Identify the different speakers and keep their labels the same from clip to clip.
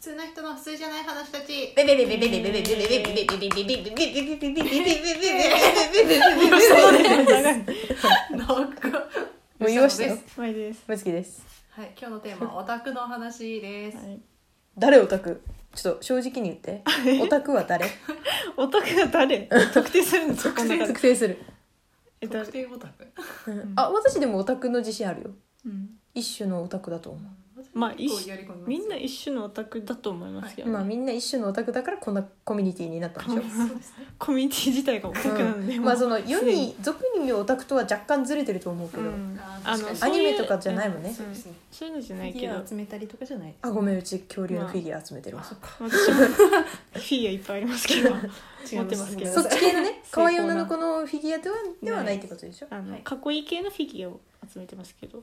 Speaker 1: 通な人の普通じゃない話たち
Speaker 2: ベベベベベベベベベベベベベベベベベベベベベベベ
Speaker 1: なんか
Speaker 2: もう言いましたよ
Speaker 3: マジです。
Speaker 2: ムツキです
Speaker 1: はい今日のテーマはオタクの話です
Speaker 3: はい
Speaker 2: 誰オタクちょっと正直に言ってオタクは誰
Speaker 3: オタクは誰？ 特定するの？特
Speaker 2: 特定する
Speaker 3: え
Speaker 1: 特
Speaker 3: 誰？
Speaker 1: 定オタク
Speaker 2: あ私でもオタクの自信あるよ
Speaker 3: うん。
Speaker 2: 一種のオタクだと思
Speaker 3: まあ
Speaker 1: 結構やり込
Speaker 3: み
Speaker 1: み
Speaker 3: ん
Speaker 1: ま
Speaker 3: な一種のオタクだと思いますけ
Speaker 2: う
Speaker 3: ど
Speaker 2: まあ
Speaker 3: ね。
Speaker 2: みんな一種のオタクだからこんなコミュニティになった んでしょ
Speaker 1: すそうですね
Speaker 3: コミュニティ自体がオタクなんで。
Speaker 2: まあその世に俗に言うオタクとは若干ずれてると思うけど
Speaker 3: うん
Speaker 1: あの
Speaker 2: アニメとかじゃないもんね
Speaker 1: そうですね
Speaker 3: そういうのじゃない
Speaker 1: フィ
Speaker 3: け
Speaker 1: ギ
Speaker 3: ど
Speaker 1: ュア集めたりとかじゃない
Speaker 2: あごめんうち恐竜のフィギュア集めてるわ
Speaker 3: 私もフィギュアいっぱいありますけ ど持ってますけ
Speaker 1: あ
Speaker 3: ど
Speaker 2: そっち 系のね
Speaker 3: 成功
Speaker 2: 可
Speaker 3: な
Speaker 2: 愛い女の子のフィギュアではではないってことでしょ
Speaker 3: あの
Speaker 1: はい
Speaker 3: かっこいい系のフィギュアを集めてますけど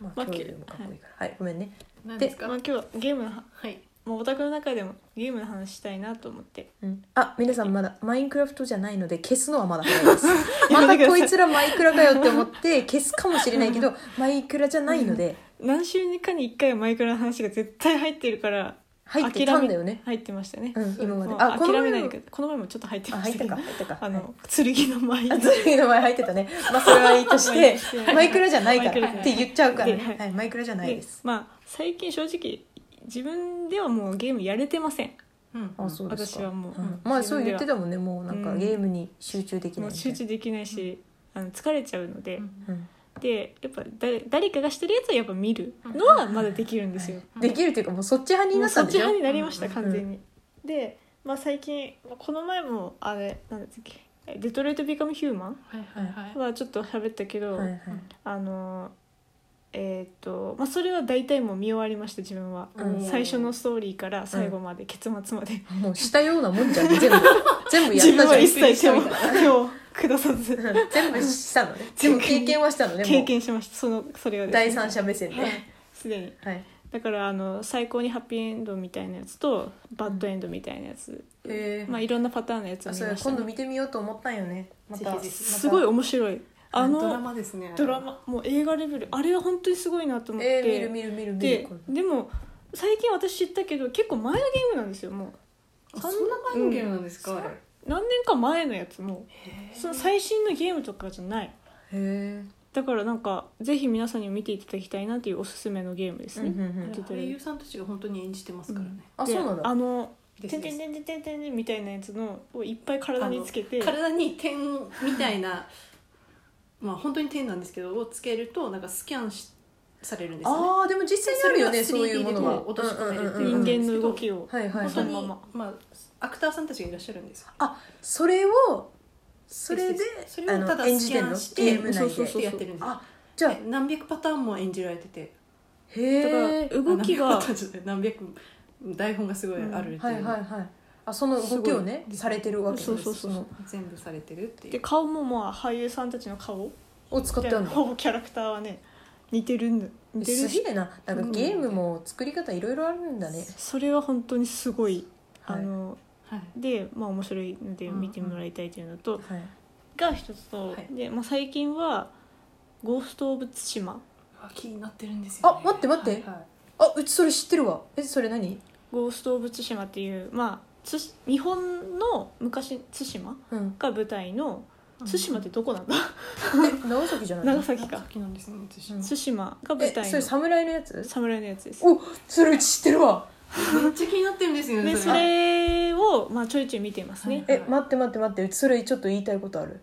Speaker 2: まあ
Speaker 3: まあ
Speaker 2: 恐竜もかっこいいからはいごめんね
Speaker 1: 何
Speaker 2: で
Speaker 1: です
Speaker 3: まあ
Speaker 1: か
Speaker 3: 今日はゲームのは
Speaker 1: はい
Speaker 3: もうオタクの中でもゲームの話したいなと思って
Speaker 2: うんあ皆さんまだマインクラフトじゃないので消すのはまだ早いです ま
Speaker 3: やめてくださ
Speaker 2: だ
Speaker 3: い
Speaker 2: こいつらマイクラかよって思って消すかもしれないけどマイクラじゃないので
Speaker 3: 何週にかに1回はマイクラの話が絶対入ってるから
Speaker 2: 入ってたんだよね
Speaker 3: 入ってましたね、
Speaker 2: うん今まで
Speaker 3: もう
Speaker 2: あこの
Speaker 3: 諦
Speaker 2: 前
Speaker 3: めないで
Speaker 2: も
Speaker 3: くださいこの前もちょっと入って
Speaker 2: あ
Speaker 3: ま
Speaker 2: 入
Speaker 3: し
Speaker 2: った
Speaker 3: け
Speaker 2: たか
Speaker 3: ど
Speaker 2: 入ったか
Speaker 3: あ
Speaker 2: はい
Speaker 3: の剣の舞
Speaker 2: あ、ズルの前入ってたね。まあ、それはいいとして、マイクラじゃないか
Speaker 3: マイク
Speaker 2: ら
Speaker 1: じ
Speaker 3: ラ
Speaker 1: ゃない
Speaker 2: って言っちゃうからね。
Speaker 3: はい
Speaker 2: はい、マイクラじゃないです。
Speaker 3: まあ最近正直自分ではもうゲームやれてません
Speaker 1: うん
Speaker 2: あ、そうですか。
Speaker 3: 私はもう
Speaker 2: うん
Speaker 3: うん
Speaker 2: まあ、そう言ってたもんね。もうなんか
Speaker 3: うん
Speaker 2: ゲームに集中できな
Speaker 3: も
Speaker 2: いみ
Speaker 3: う
Speaker 2: たい
Speaker 3: 集
Speaker 2: な。
Speaker 3: 中できないし、あの疲れちゃうので、
Speaker 2: うん
Speaker 3: でやっぱ誰誰かがしてるやつはやっぱ見るのはまだできるんですよ、
Speaker 2: できるっていうか、もうそっち派に
Speaker 3: も
Speaker 2: な
Speaker 3: う
Speaker 2: った
Speaker 3: そ
Speaker 2: ん
Speaker 3: っ
Speaker 2: でし
Speaker 3: ち
Speaker 2: ょ
Speaker 3: 派になりました
Speaker 1: うん
Speaker 2: うん
Speaker 3: 完全に、で、まあ、最近この前もあれなんだっけ「デトロイト・ビカム・ヒューマン
Speaker 1: はいはいはい」
Speaker 3: はちょっと喋ったけど、
Speaker 2: はいはい。
Speaker 3: あのえっ、と、まあ、それは大体もう見終わりました自分は、
Speaker 2: うん
Speaker 3: 最初のストーリーから最後まで、結末まで
Speaker 2: もうしたようなもんじゃん。全部、全部や
Speaker 3: 自
Speaker 2: っ
Speaker 3: 分は
Speaker 2: た
Speaker 3: 一
Speaker 2: じゃん。
Speaker 3: 切手を手を下さず
Speaker 2: うん 全部したのね。全
Speaker 3: 全
Speaker 2: 部
Speaker 3: 部
Speaker 2: 経験はしたのね。
Speaker 3: 経
Speaker 2: も
Speaker 3: 験しましたそのそれを
Speaker 2: う
Speaker 3: ですね
Speaker 2: 第三者目線で。
Speaker 3: すでに
Speaker 2: はい。
Speaker 3: だからあの最高にハッピーエンドみたいなやつとバッドエンドみたいなやつ、
Speaker 2: え
Speaker 3: まあ、いろんなパターンのやつを
Speaker 2: あ
Speaker 3: 見
Speaker 2: それ
Speaker 3: ました
Speaker 2: 今
Speaker 3: ね、
Speaker 2: 度見てみようと思ったんよね。また
Speaker 1: ぜ、ひぜひ
Speaker 3: すごい
Speaker 2: また。
Speaker 3: 面白いあ
Speaker 1: ドラ
Speaker 3: の
Speaker 1: マですね
Speaker 3: ドラマもう映画レベルあれは本当にすごいなと思って、
Speaker 2: えー、見る見る見る見る
Speaker 3: で。でも最近私知ったけど結構前のゲームなんですよも
Speaker 1: あそんな前のゲームなんですか、
Speaker 3: うん
Speaker 1: あれ
Speaker 3: う何年か前のやつもうその最新のゲームとかじゃない
Speaker 2: へえ。
Speaker 3: だからなんかぜひ皆さんにも見ていただきたいなっていうおすすめのゲームですね、
Speaker 2: うんうんうん
Speaker 3: デトロ
Speaker 1: 俳
Speaker 3: イ
Speaker 1: 優さんたちが本当に演じてますからね、
Speaker 2: あ、
Speaker 3: で
Speaker 2: そうなんだ。
Speaker 3: あの「
Speaker 1: で
Speaker 3: て
Speaker 1: す
Speaker 3: ん
Speaker 1: で
Speaker 3: て
Speaker 1: す
Speaker 3: んてんてんてんてん」みたいなやつのをいっぱい体につけて
Speaker 1: 体に点みたいな まあ本当に点なんですけどをつけるとなんかスキャンしされるんですよね
Speaker 2: ああでも実際にあるよね
Speaker 1: それ
Speaker 2: そう
Speaker 1: が
Speaker 2: いう
Speaker 1: 3D で
Speaker 2: ものは
Speaker 1: こう落とし込めるっていう
Speaker 2: うんうんうんう
Speaker 3: 人
Speaker 2: ん
Speaker 3: 間の動きを
Speaker 2: はいはい
Speaker 1: 本
Speaker 2: は
Speaker 1: 当
Speaker 2: い
Speaker 1: に、
Speaker 3: その
Speaker 1: ま
Speaker 3: ま
Speaker 1: あ、アクターさんたちがいらっしゃるんですよ
Speaker 2: それをそれで
Speaker 1: それをただ
Speaker 2: あの演じてんの
Speaker 1: スキ
Speaker 2: ゲ
Speaker 1: ャンして
Speaker 2: ーム内で
Speaker 3: そうそうそう
Speaker 1: でやってるんですよ
Speaker 2: あじゃあ
Speaker 1: で何百パターンも演じられてて
Speaker 3: だか
Speaker 2: へ
Speaker 3: ら
Speaker 2: え
Speaker 3: 動き
Speaker 1: あ何百
Speaker 3: が
Speaker 1: パターンじゃない何百台本がすごいあるって、
Speaker 2: はいいうはいはいあその動きをね
Speaker 1: すごい
Speaker 2: されてるわけ
Speaker 3: そうそうそう
Speaker 2: の
Speaker 1: 全部されてるってい
Speaker 3: で
Speaker 1: う
Speaker 3: 顔 もまあ俳優さんたちの顔
Speaker 2: を使ってあるんだ
Speaker 3: ほぼキャラクターはね似てるんだ似て
Speaker 2: す
Speaker 3: るし
Speaker 2: げえななんかゲームも作り方いろいろあるんだね
Speaker 3: それは本当にすごい、
Speaker 2: はい
Speaker 3: あの
Speaker 1: はい
Speaker 3: でまあ面白いので
Speaker 1: うんうん
Speaker 3: 見てもらいたいというのと、
Speaker 2: はい
Speaker 3: が一つと、
Speaker 1: はい
Speaker 3: で、まあ、最近は「ゴースト・オブ・ツシマ
Speaker 1: あ気になってるんですよ、ね、
Speaker 2: あ待って待って
Speaker 1: はいはい
Speaker 2: あうちそれ知ってるわえそれ何」
Speaker 3: 「ゴースト・オブ・ツシマ」っていうまあつし日本の昔対馬
Speaker 2: うん
Speaker 3: が舞台の対馬ってどこなんだ
Speaker 2: え長崎じゃない
Speaker 3: 長
Speaker 2: の
Speaker 3: 崎
Speaker 1: 長
Speaker 3: か
Speaker 1: 崎なんですね私
Speaker 2: うん
Speaker 1: めっ
Speaker 3: 対馬が舞
Speaker 2: え
Speaker 3: 台
Speaker 2: そ
Speaker 3: の
Speaker 2: れ侍のやつ
Speaker 3: 侍のやつです
Speaker 2: おそれうち知ってるわ
Speaker 1: ちゃ気になってるんですよね
Speaker 3: でそれを、まあ、ちょいちょい見てますね、
Speaker 2: え待って待って待ってうちそれちょっと言いたいことある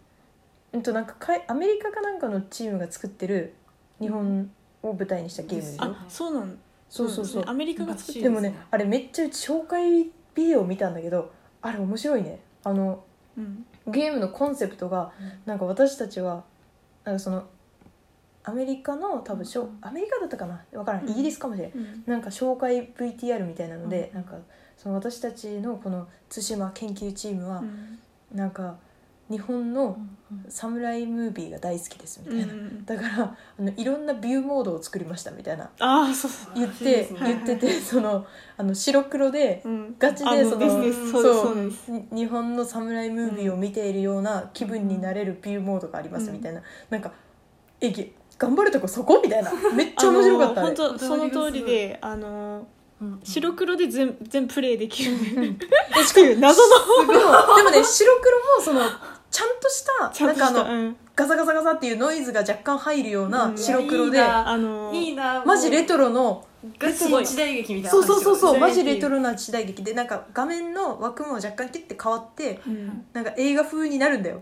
Speaker 2: うんとなんかかいアメリカかなんかのチームが作ってる日本を舞台にしたゲームでしょ、
Speaker 1: うん
Speaker 3: あそうなん
Speaker 2: そうそうそう
Speaker 3: なんですねアメリカが作って
Speaker 2: で
Speaker 3: る
Speaker 2: もねあれめっちゃうち紹介ビデオ見たんだけどあれ面白いねあの
Speaker 3: うん
Speaker 2: ゲームのコンセプトが
Speaker 1: うん
Speaker 2: なんか私たちはなんかそのアメリカの多分し
Speaker 1: う
Speaker 2: ょ
Speaker 1: ん
Speaker 2: アメリカだったかな分から
Speaker 3: うん
Speaker 2: んイギリスかもしれない
Speaker 3: うん
Speaker 2: なんか紹介 VTR みたいなので、
Speaker 1: うん
Speaker 2: なんかその私たちのこの対馬研究チームは、
Speaker 3: うん
Speaker 2: なんか日本の
Speaker 1: うん
Speaker 2: サムライムービーが大好きですみ
Speaker 3: う
Speaker 2: たいな、
Speaker 3: ん
Speaker 2: だからあのいろんなビューモードを作りましたみたいな
Speaker 3: ああそうそう
Speaker 2: 言
Speaker 1: ら
Speaker 2: っ
Speaker 1: しいで
Speaker 2: て、
Speaker 1: すね
Speaker 2: 言っててそのあの白黒で
Speaker 3: うん
Speaker 2: ガチで
Speaker 3: あの
Speaker 2: その
Speaker 3: ですですそうですそうなんです
Speaker 2: に日本のサムライムービーを見ているような気分になれるビューモードがありますみたいな、なんかえげ頑張るとこそこみたいなめっちゃ面白かった、
Speaker 3: あ
Speaker 2: あ
Speaker 3: の
Speaker 2: れ
Speaker 3: 本当その通りであの
Speaker 1: うん
Speaker 3: 白黒で全全プレイできる
Speaker 2: しかも
Speaker 3: 謎の
Speaker 2: でもでもね白黒もそのちゃんとした
Speaker 3: ちゃんとした
Speaker 2: なんかあの
Speaker 3: うん
Speaker 2: ガサガサガサっていうノイズが若干入るよう
Speaker 3: う
Speaker 2: なん白黒
Speaker 1: い
Speaker 2: で、
Speaker 1: いな
Speaker 3: あの
Speaker 1: いいな
Speaker 2: マジレ
Speaker 1: ト
Speaker 2: トロの
Speaker 1: ガチ時代劇みたいな
Speaker 2: そうそうそう
Speaker 3: そ
Speaker 2: そうう
Speaker 3: マ
Speaker 2: マ
Speaker 3: ジ
Speaker 2: ジ
Speaker 3: レ
Speaker 2: レ
Speaker 3: ト
Speaker 2: トロな時代劇でなんか画面の枠も若干キュッて変わって
Speaker 3: うん
Speaker 2: なんか映画風になるんだよ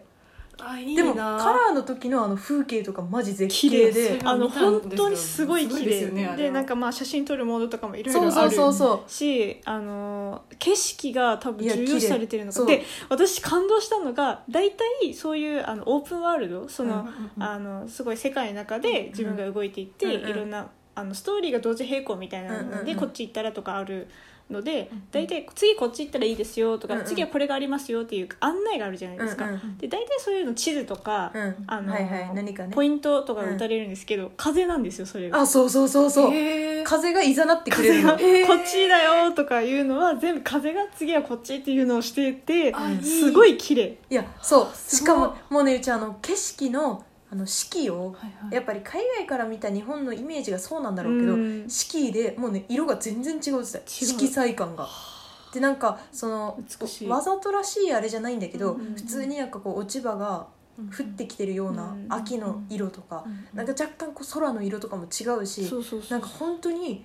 Speaker 1: あいいな
Speaker 2: でもカラーの時のあの風景とかマジ絶
Speaker 3: 綺
Speaker 2: 景
Speaker 3: 麗
Speaker 2: で
Speaker 3: あの
Speaker 1: 見たんですよ
Speaker 3: 本当にすごい
Speaker 1: すご
Speaker 3: 綺
Speaker 1: いで
Speaker 3: 麗
Speaker 1: すよねあれは
Speaker 3: でなんかまあ写真撮るモードとかもいろいろあ
Speaker 2: そう
Speaker 3: る
Speaker 2: そうそうそう
Speaker 3: しあの景色が多分
Speaker 2: いや
Speaker 3: 重要視されてるの
Speaker 2: 綺
Speaker 3: か
Speaker 2: 麗
Speaker 3: で私感動したのが大体そういうあのオープンワールドその、あのすごい世界の中で自分が動いていって、
Speaker 2: うんうん
Speaker 3: いろんなあのストーリーが同時並行みたいなので、
Speaker 2: うんうんうん
Speaker 3: こっち行ったらとかあるので
Speaker 1: ん
Speaker 3: 大体次こっち行ったらいいですよとか、
Speaker 2: うんうん
Speaker 3: 次はこれがありますよっていう案内があるじゃないですか。
Speaker 2: うんうん
Speaker 3: で大体そういうの地図とか、
Speaker 2: うん
Speaker 3: あの
Speaker 2: はいはい何かね
Speaker 3: ポイントとか打たれるんですけど、風なんですよそれが。
Speaker 2: あそうそうそうそう、
Speaker 1: へー
Speaker 2: 風がいざなってくれ
Speaker 3: 風
Speaker 2: る
Speaker 3: が
Speaker 2: の
Speaker 3: こ
Speaker 1: へー
Speaker 3: っちだよとかいうのは全部風が次はこっちっていうのをしてて
Speaker 1: あいい
Speaker 3: すごい綺麗
Speaker 2: いやそう
Speaker 1: すごい
Speaker 2: しかももうねうちあの景色のあの四季を
Speaker 1: はいはい
Speaker 2: やっぱり海外から見た日本のイメージがそうなんだろうけど、
Speaker 3: うん
Speaker 2: 四季でもうね色が全然違うって言ってた
Speaker 3: 違う
Speaker 2: 色彩感が。でなんかその
Speaker 3: 美しい
Speaker 2: わざとらしいあれじゃないんだけど、
Speaker 3: うんうんうん
Speaker 2: 普通になんかこう落ち葉が降ってきてるよう
Speaker 3: う
Speaker 2: なん
Speaker 3: うん
Speaker 2: 秋の色とか、なんか若干こう空の色とかも違うし
Speaker 3: そうそうそ
Speaker 2: な
Speaker 3: う
Speaker 2: んか本当に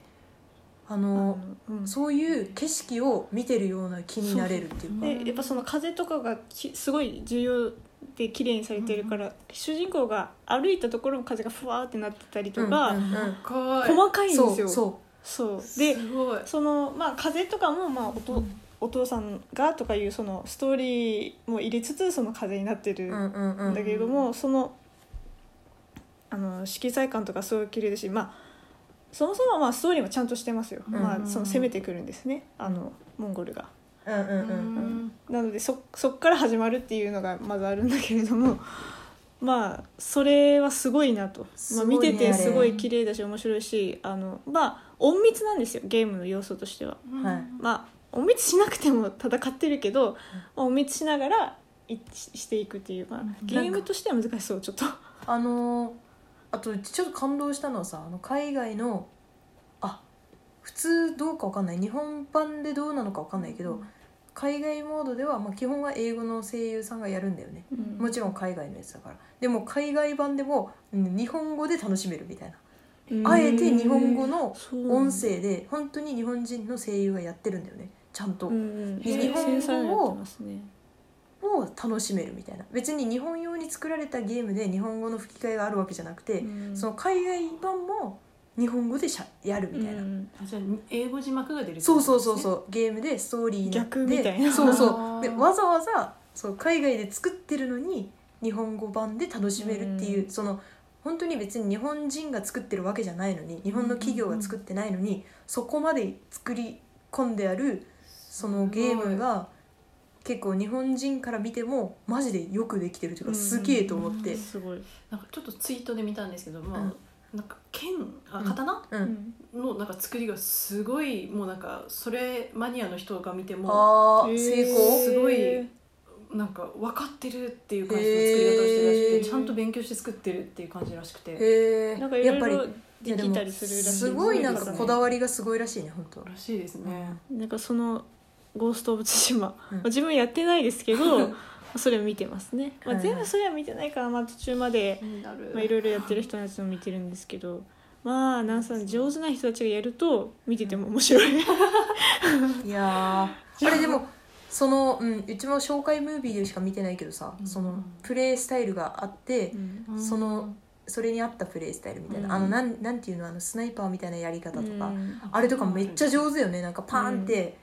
Speaker 2: あ
Speaker 3: あ
Speaker 2: の
Speaker 3: のうん
Speaker 2: そういう景色を見てるような気になれるっていうか。
Speaker 3: でやっぱその風とかがきすごい重要で綺麗にされてるから、主人公が歩いたところも風がふわーってなってたりとか、
Speaker 2: うんうんうん
Speaker 1: か
Speaker 3: 細かいんです
Speaker 2: そ
Speaker 3: よ
Speaker 2: うそ
Speaker 3: そう
Speaker 1: で
Speaker 3: です
Speaker 1: ごい
Speaker 3: そのまあ風とかもまあおと、
Speaker 2: うん
Speaker 3: お父さんがとかいうそのストーリーも入れつつその風になって
Speaker 2: う
Speaker 3: る
Speaker 2: うんうんんう
Speaker 3: だ
Speaker 2: ん
Speaker 3: けれども、そのあの色彩感とかすごい綺麗だしまあそもそもまあストーリーもちゃんとしてますよ、
Speaker 2: うん
Speaker 3: まあ、その攻めてくるんですねあのモンゴルが。
Speaker 2: うんうん
Speaker 1: う
Speaker 2: うん
Speaker 1: ん
Speaker 3: なのでそそっから始まるっていうのがまずあるんだけれども まあそれはすごいなと
Speaker 2: す
Speaker 3: まあ、見
Speaker 2: ごいね
Speaker 3: ててす
Speaker 1: あ
Speaker 3: ご
Speaker 1: れ
Speaker 3: い綺麗だし面白いしあのまあ隠密なんですよゲームの要素としては。
Speaker 1: うん
Speaker 2: はい
Speaker 3: まあ隠密しなくても戦ってるけど、まあ、隠密しながらいししていくっていう、まあ
Speaker 1: うん、
Speaker 3: ゲームとしては難しそうちょっと。
Speaker 2: あのーあとちょっと感動したのはさあの海外のあ普通どうかわかんない日本版でどうなのかわかんないけど、海外モードでは、まあ、基本は英語の声優さんがやるんだよね
Speaker 3: うん
Speaker 2: もちろん海外のやつだからでも海外版でも、うん日本語で楽しめるみたいなあえて日本語の音声で本当に日本人の声優がやってるんだよねちゃんと、で
Speaker 3: 日
Speaker 1: 日
Speaker 3: 本
Speaker 2: 本
Speaker 3: 語
Speaker 2: 語を
Speaker 3: を、ね、
Speaker 2: を楽しめるみたいな別に日本用に作られたゲームで日本語の吹き替えがあるわけじゃなくて、
Speaker 3: うん
Speaker 2: その海外版も日本語でしゃやるみたいな、
Speaker 3: うん
Speaker 1: あじゃあ英語字幕が出る
Speaker 2: そうそうそう
Speaker 1: う
Speaker 2: そうゲームでストーリーで
Speaker 3: 逆みたいな
Speaker 2: そう
Speaker 1: あ
Speaker 2: そう
Speaker 1: ー
Speaker 2: でわざわざそう海外で作ってるのに日本語版で楽しめるっていう、
Speaker 3: うん
Speaker 2: その本当に別に日本人が作ってるわけじゃないのに日本の企業が作ってないのに、そこまで作り込んであるそのゲームが結構日本人から見てもマジでよくできてるというか、
Speaker 3: うん
Speaker 2: すげえと思って、
Speaker 3: すごい、
Speaker 1: なんかちょっとツイートで見たんですけども、
Speaker 2: うん
Speaker 1: なんか剣あ
Speaker 2: うん
Speaker 1: 刀
Speaker 2: うん
Speaker 3: うん
Speaker 1: のなんか作りがすごいもうなんかそれマニアの人が見ても
Speaker 2: ああ、
Speaker 3: へー
Speaker 2: 成
Speaker 1: す
Speaker 2: 功
Speaker 1: ごいなんか分かってるっていう感じの作り方をしてるらしく
Speaker 2: へ
Speaker 1: て
Speaker 2: ー
Speaker 1: ちゃんと勉強して作ってるっていう感じらしくて
Speaker 2: へえ
Speaker 3: なんかいろいろ
Speaker 2: いや
Speaker 3: で
Speaker 2: で
Speaker 3: き
Speaker 2: も
Speaker 3: たりするらしい
Speaker 2: すごいなんかこだわりがすごいらしいね本当
Speaker 1: らしいですね、
Speaker 3: なんかその「ゴースト・オブ・ツシマ」
Speaker 2: うん
Speaker 3: まあ自分やってないですけ どまあそれを見てますね、まあ、
Speaker 2: はいはい
Speaker 3: 全部それは見てないから、まあ、途中まで
Speaker 1: 気になる
Speaker 3: まあいろいろやってる人のやつも見てるんですけどまあなんさん上手な人たちがやると見てても面白い
Speaker 2: いやーあれでもその、うん、うちも紹介ムービーでしか見てないけどさ、
Speaker 1: うん
Speaker 2: そのプレイスタイルがあって、
Speaker 1: うん
Speaker 2: そのそれに合ったプレイスタイルみたいな、
Speaker 3: うん
Speaker 2: あのなんなんていうのあのスナイパーみたいなやり方とか、
Speaker 3: うん
Speaker 2: あれとかめっちゃ上手よねなんかパーンって、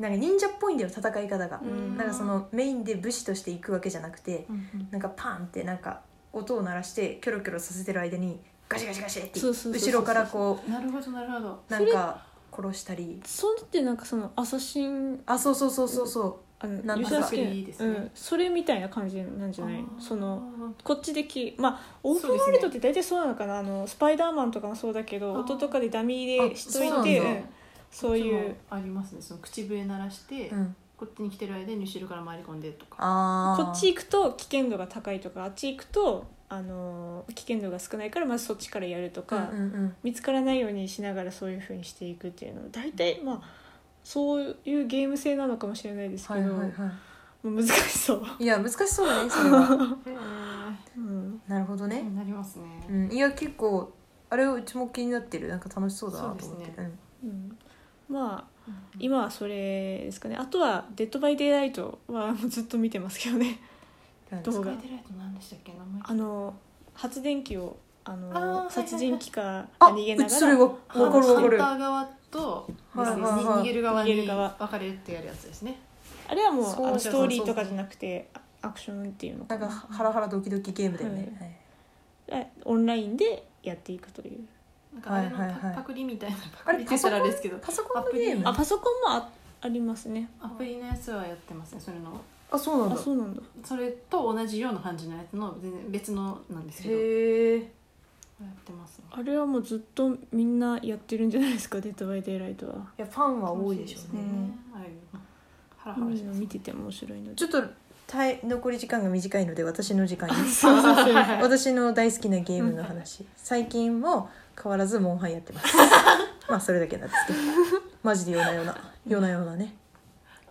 Speaker 2: なんか忍者っぽいんだよ戦い方が、
Speaker 3: うん
Speaker 2: なんかそのメインで武士として行くわけじゃなくて
Speaker 1: うんうん
Speaker 2: なんかパーンってなんか音を鳴らしてキョロキョロさせてる間にガシガシガシって
Speaker 3: そうそうそうそう
Speaker 2: 後ろからこ
Speaker 1: なるほどなるほど
Speaker 2: うなんか殺したり
Speaker 3: そうってなんかそのアサシン
Speaker 2: あそうそうそうそうそ
Speaker 3: あの
Speaker 2: なんか
Speaker 3: 吉田助
Speaker 1: いいですね
Speaker 3: うん、それみたいな感じなんじゃない
Speaker 1: あー
Speaker 3: そのこっちできまあオープンワールドって大体そうなのかな、あのスパイダーマンとかもそうだけど
Speaker 1: あー
Speaker 3: 音とかでダミーでしと
Speaker 2: あ
Speaker 3: い
Speaker 2: そう
Speaker 3: て
Speaker 2: なんだ
Speaker 3: うんそうい
Speaker 1: こっち
Speaker 3: う
Speaker 1: もありますねその口笛鳴らして、
Speaker 2: う、うん、
Speaker 1: こっちに来てる間に後ろから回り込んでとか
Speaker 2: あー
Speaker 3: こっち行くと危険度が高いとかあっち行くとあの危険度が少ないからまずそっちからやるとか、
Speaker 2: うんうん
Speaker 3: 見つからないようにしながらそういうふうにしていくっていうのは大体まあそういうゲーム性なのかもしれないですけ
Speaker 2: はい
Speaker 3: ど、
Speaker 2: はいは
Speaker 3: もう難しそう、
Speaker 2: いいや難しそうだねそれは
Speaker 3: うん、
Speaker 2: なるほどね、
Speaker 1: なりますね、
Speaker 2: うん、いや結構あれうちも気になってるなんか楽しそうだなと思って
Speaker 1: そうです
Speaker 2: うん
Speaker 3: うんまあ今はそれですかねあとは「デッド・バイ・デイ・ライト」はもうずっと見てますけどね
Speaker 2: なん
Speaker 3: ど
Speaker 2: です
Speaker 3: う
Speaker 2: か
Speaker 1: スカイデライト何でしたっけ名前
Speaker 3: あの発電機をあの
Speaker 1: あーはいはいはい
Speaker 3: 殺人鬼から
Speaker 2: あ
Speaker 3: 逃げな
Speaker 2: う
Speaker 3: が
Speaker 2: ちそれ
Speaker 3: ら
Speaker 2: わわ
Speaker 1: あの
Speaker 2: かるわかる
Speaker 1: ハンター側と
Speaker 2: はいはいはい
Speaker 1: ですね逃げる側
Speaker 3: 逃げ
Speaker 1: に
Speaker 3: る側
Speaker 1: 分かれてやるやつですね
Speaker 3: あれはもう
Speaker 2: そう
Speaker 3: あの
Speaker 2: そ
Speaker 3: ス
Speaker 2: うそう
Speaker 3: トーリーとかじゃなくてあアクションっていうの
Speaker 2: な
Speaker 3: か
Speaker 2: んか
Speaker 3: な
Speaker 2: ハラハラドキドキゲームだよね、はい
Speaker 3: あオンラインでやっていくという
Speaker 1: なんかあれのパ,、
Speaker 2: はいはいはい
Speaker 1: パクリみたいなパ
Speaker 2: あ
Speaker 1: ク
Speaker 2: れ
Speaker 1: リって言ったらあれですけど
Speaker 2: パソコンのゲーム
Speaker 3: あパソコンもあありますね
Speaker 1: アプリのやつはやってますねそれの
Speaker 2: あそうなん
Speaker 3: あ
Speaker 2: だ
Speaker 3: そうなんだ
Speaker 1: それと同じような感じのやつの全然別のなんですけどや
Speaker 2: へえ
Speaker 1: ってますね
Speaker 3: あれはもうずっとみんなやってるんじゃないですか「デッド・バイ・デイ・ライトは」
Speaker 2: いやファンは多いでしょうね
Speaker 1: 楽
Speaker 3: う
Speaker 1: い
Speaker 3: ん
Speaker 1: ああいうハラハラ
Speaker 3: み
Speaker 1: し
Speaker 3: ん
Speaker 1: ま
Speaker 3: な
Speaker 1: す
Speaker 3: 見てて面白いので
Speaker 2: ちょっとたい残り時間が短いので私の時間です
Speaker 3: そうそうそう
Speaker 2: 私の大好きなゲームの話最近も変わらずモンハンやってます まあそれだけなんですけどマジで夜な夜な夜な夜なね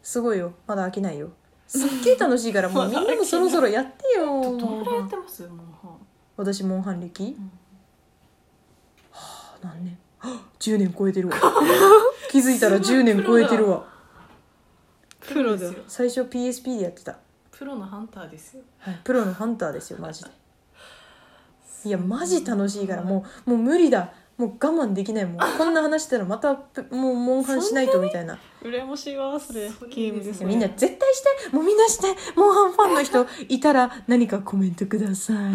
Speaker 2: すごいよまだ飽きないよすっげえ楽しい からもうみんなもそろそろやってよ
Speaker 1: どど
Speaker 2: モ
Speaker 1: ん
Speaker 2: ン
Speaker 1: ぐらいや
Speaker 2: ハ
Speaker 1: っ
Speaker 2: ン
Speaker 1: てますもうは
Speaker 2: 私モンハン歴
Speaker 1: ん
Speaker 2: はあ何年 はあ10年超えてる わ気づいたら10年超えてるわ
Speaker 3: プロだ
Speaker 1: ですよ
Speaker 2: 最初 PSP でやってた、
Speaker 1: プロのハンターですよ
Speaker 2: はい、プロのハンターですよマジでいやマジ楽しいからもうもう無理だもう我慢できないもうこんな話したらまたぷもうモンハンしないとみたいな
Speaker 3: 羨ましいわそれ
Speaker 1: それい
Speaker 3: ゲ
Speaker 1: いですね
Speaker 3: ームです
Speaker 2: いやみ
Speaker 3: ね
Speaker 2: んな絶対してもうみんなしてモンハンファンの人いたら何かコメントください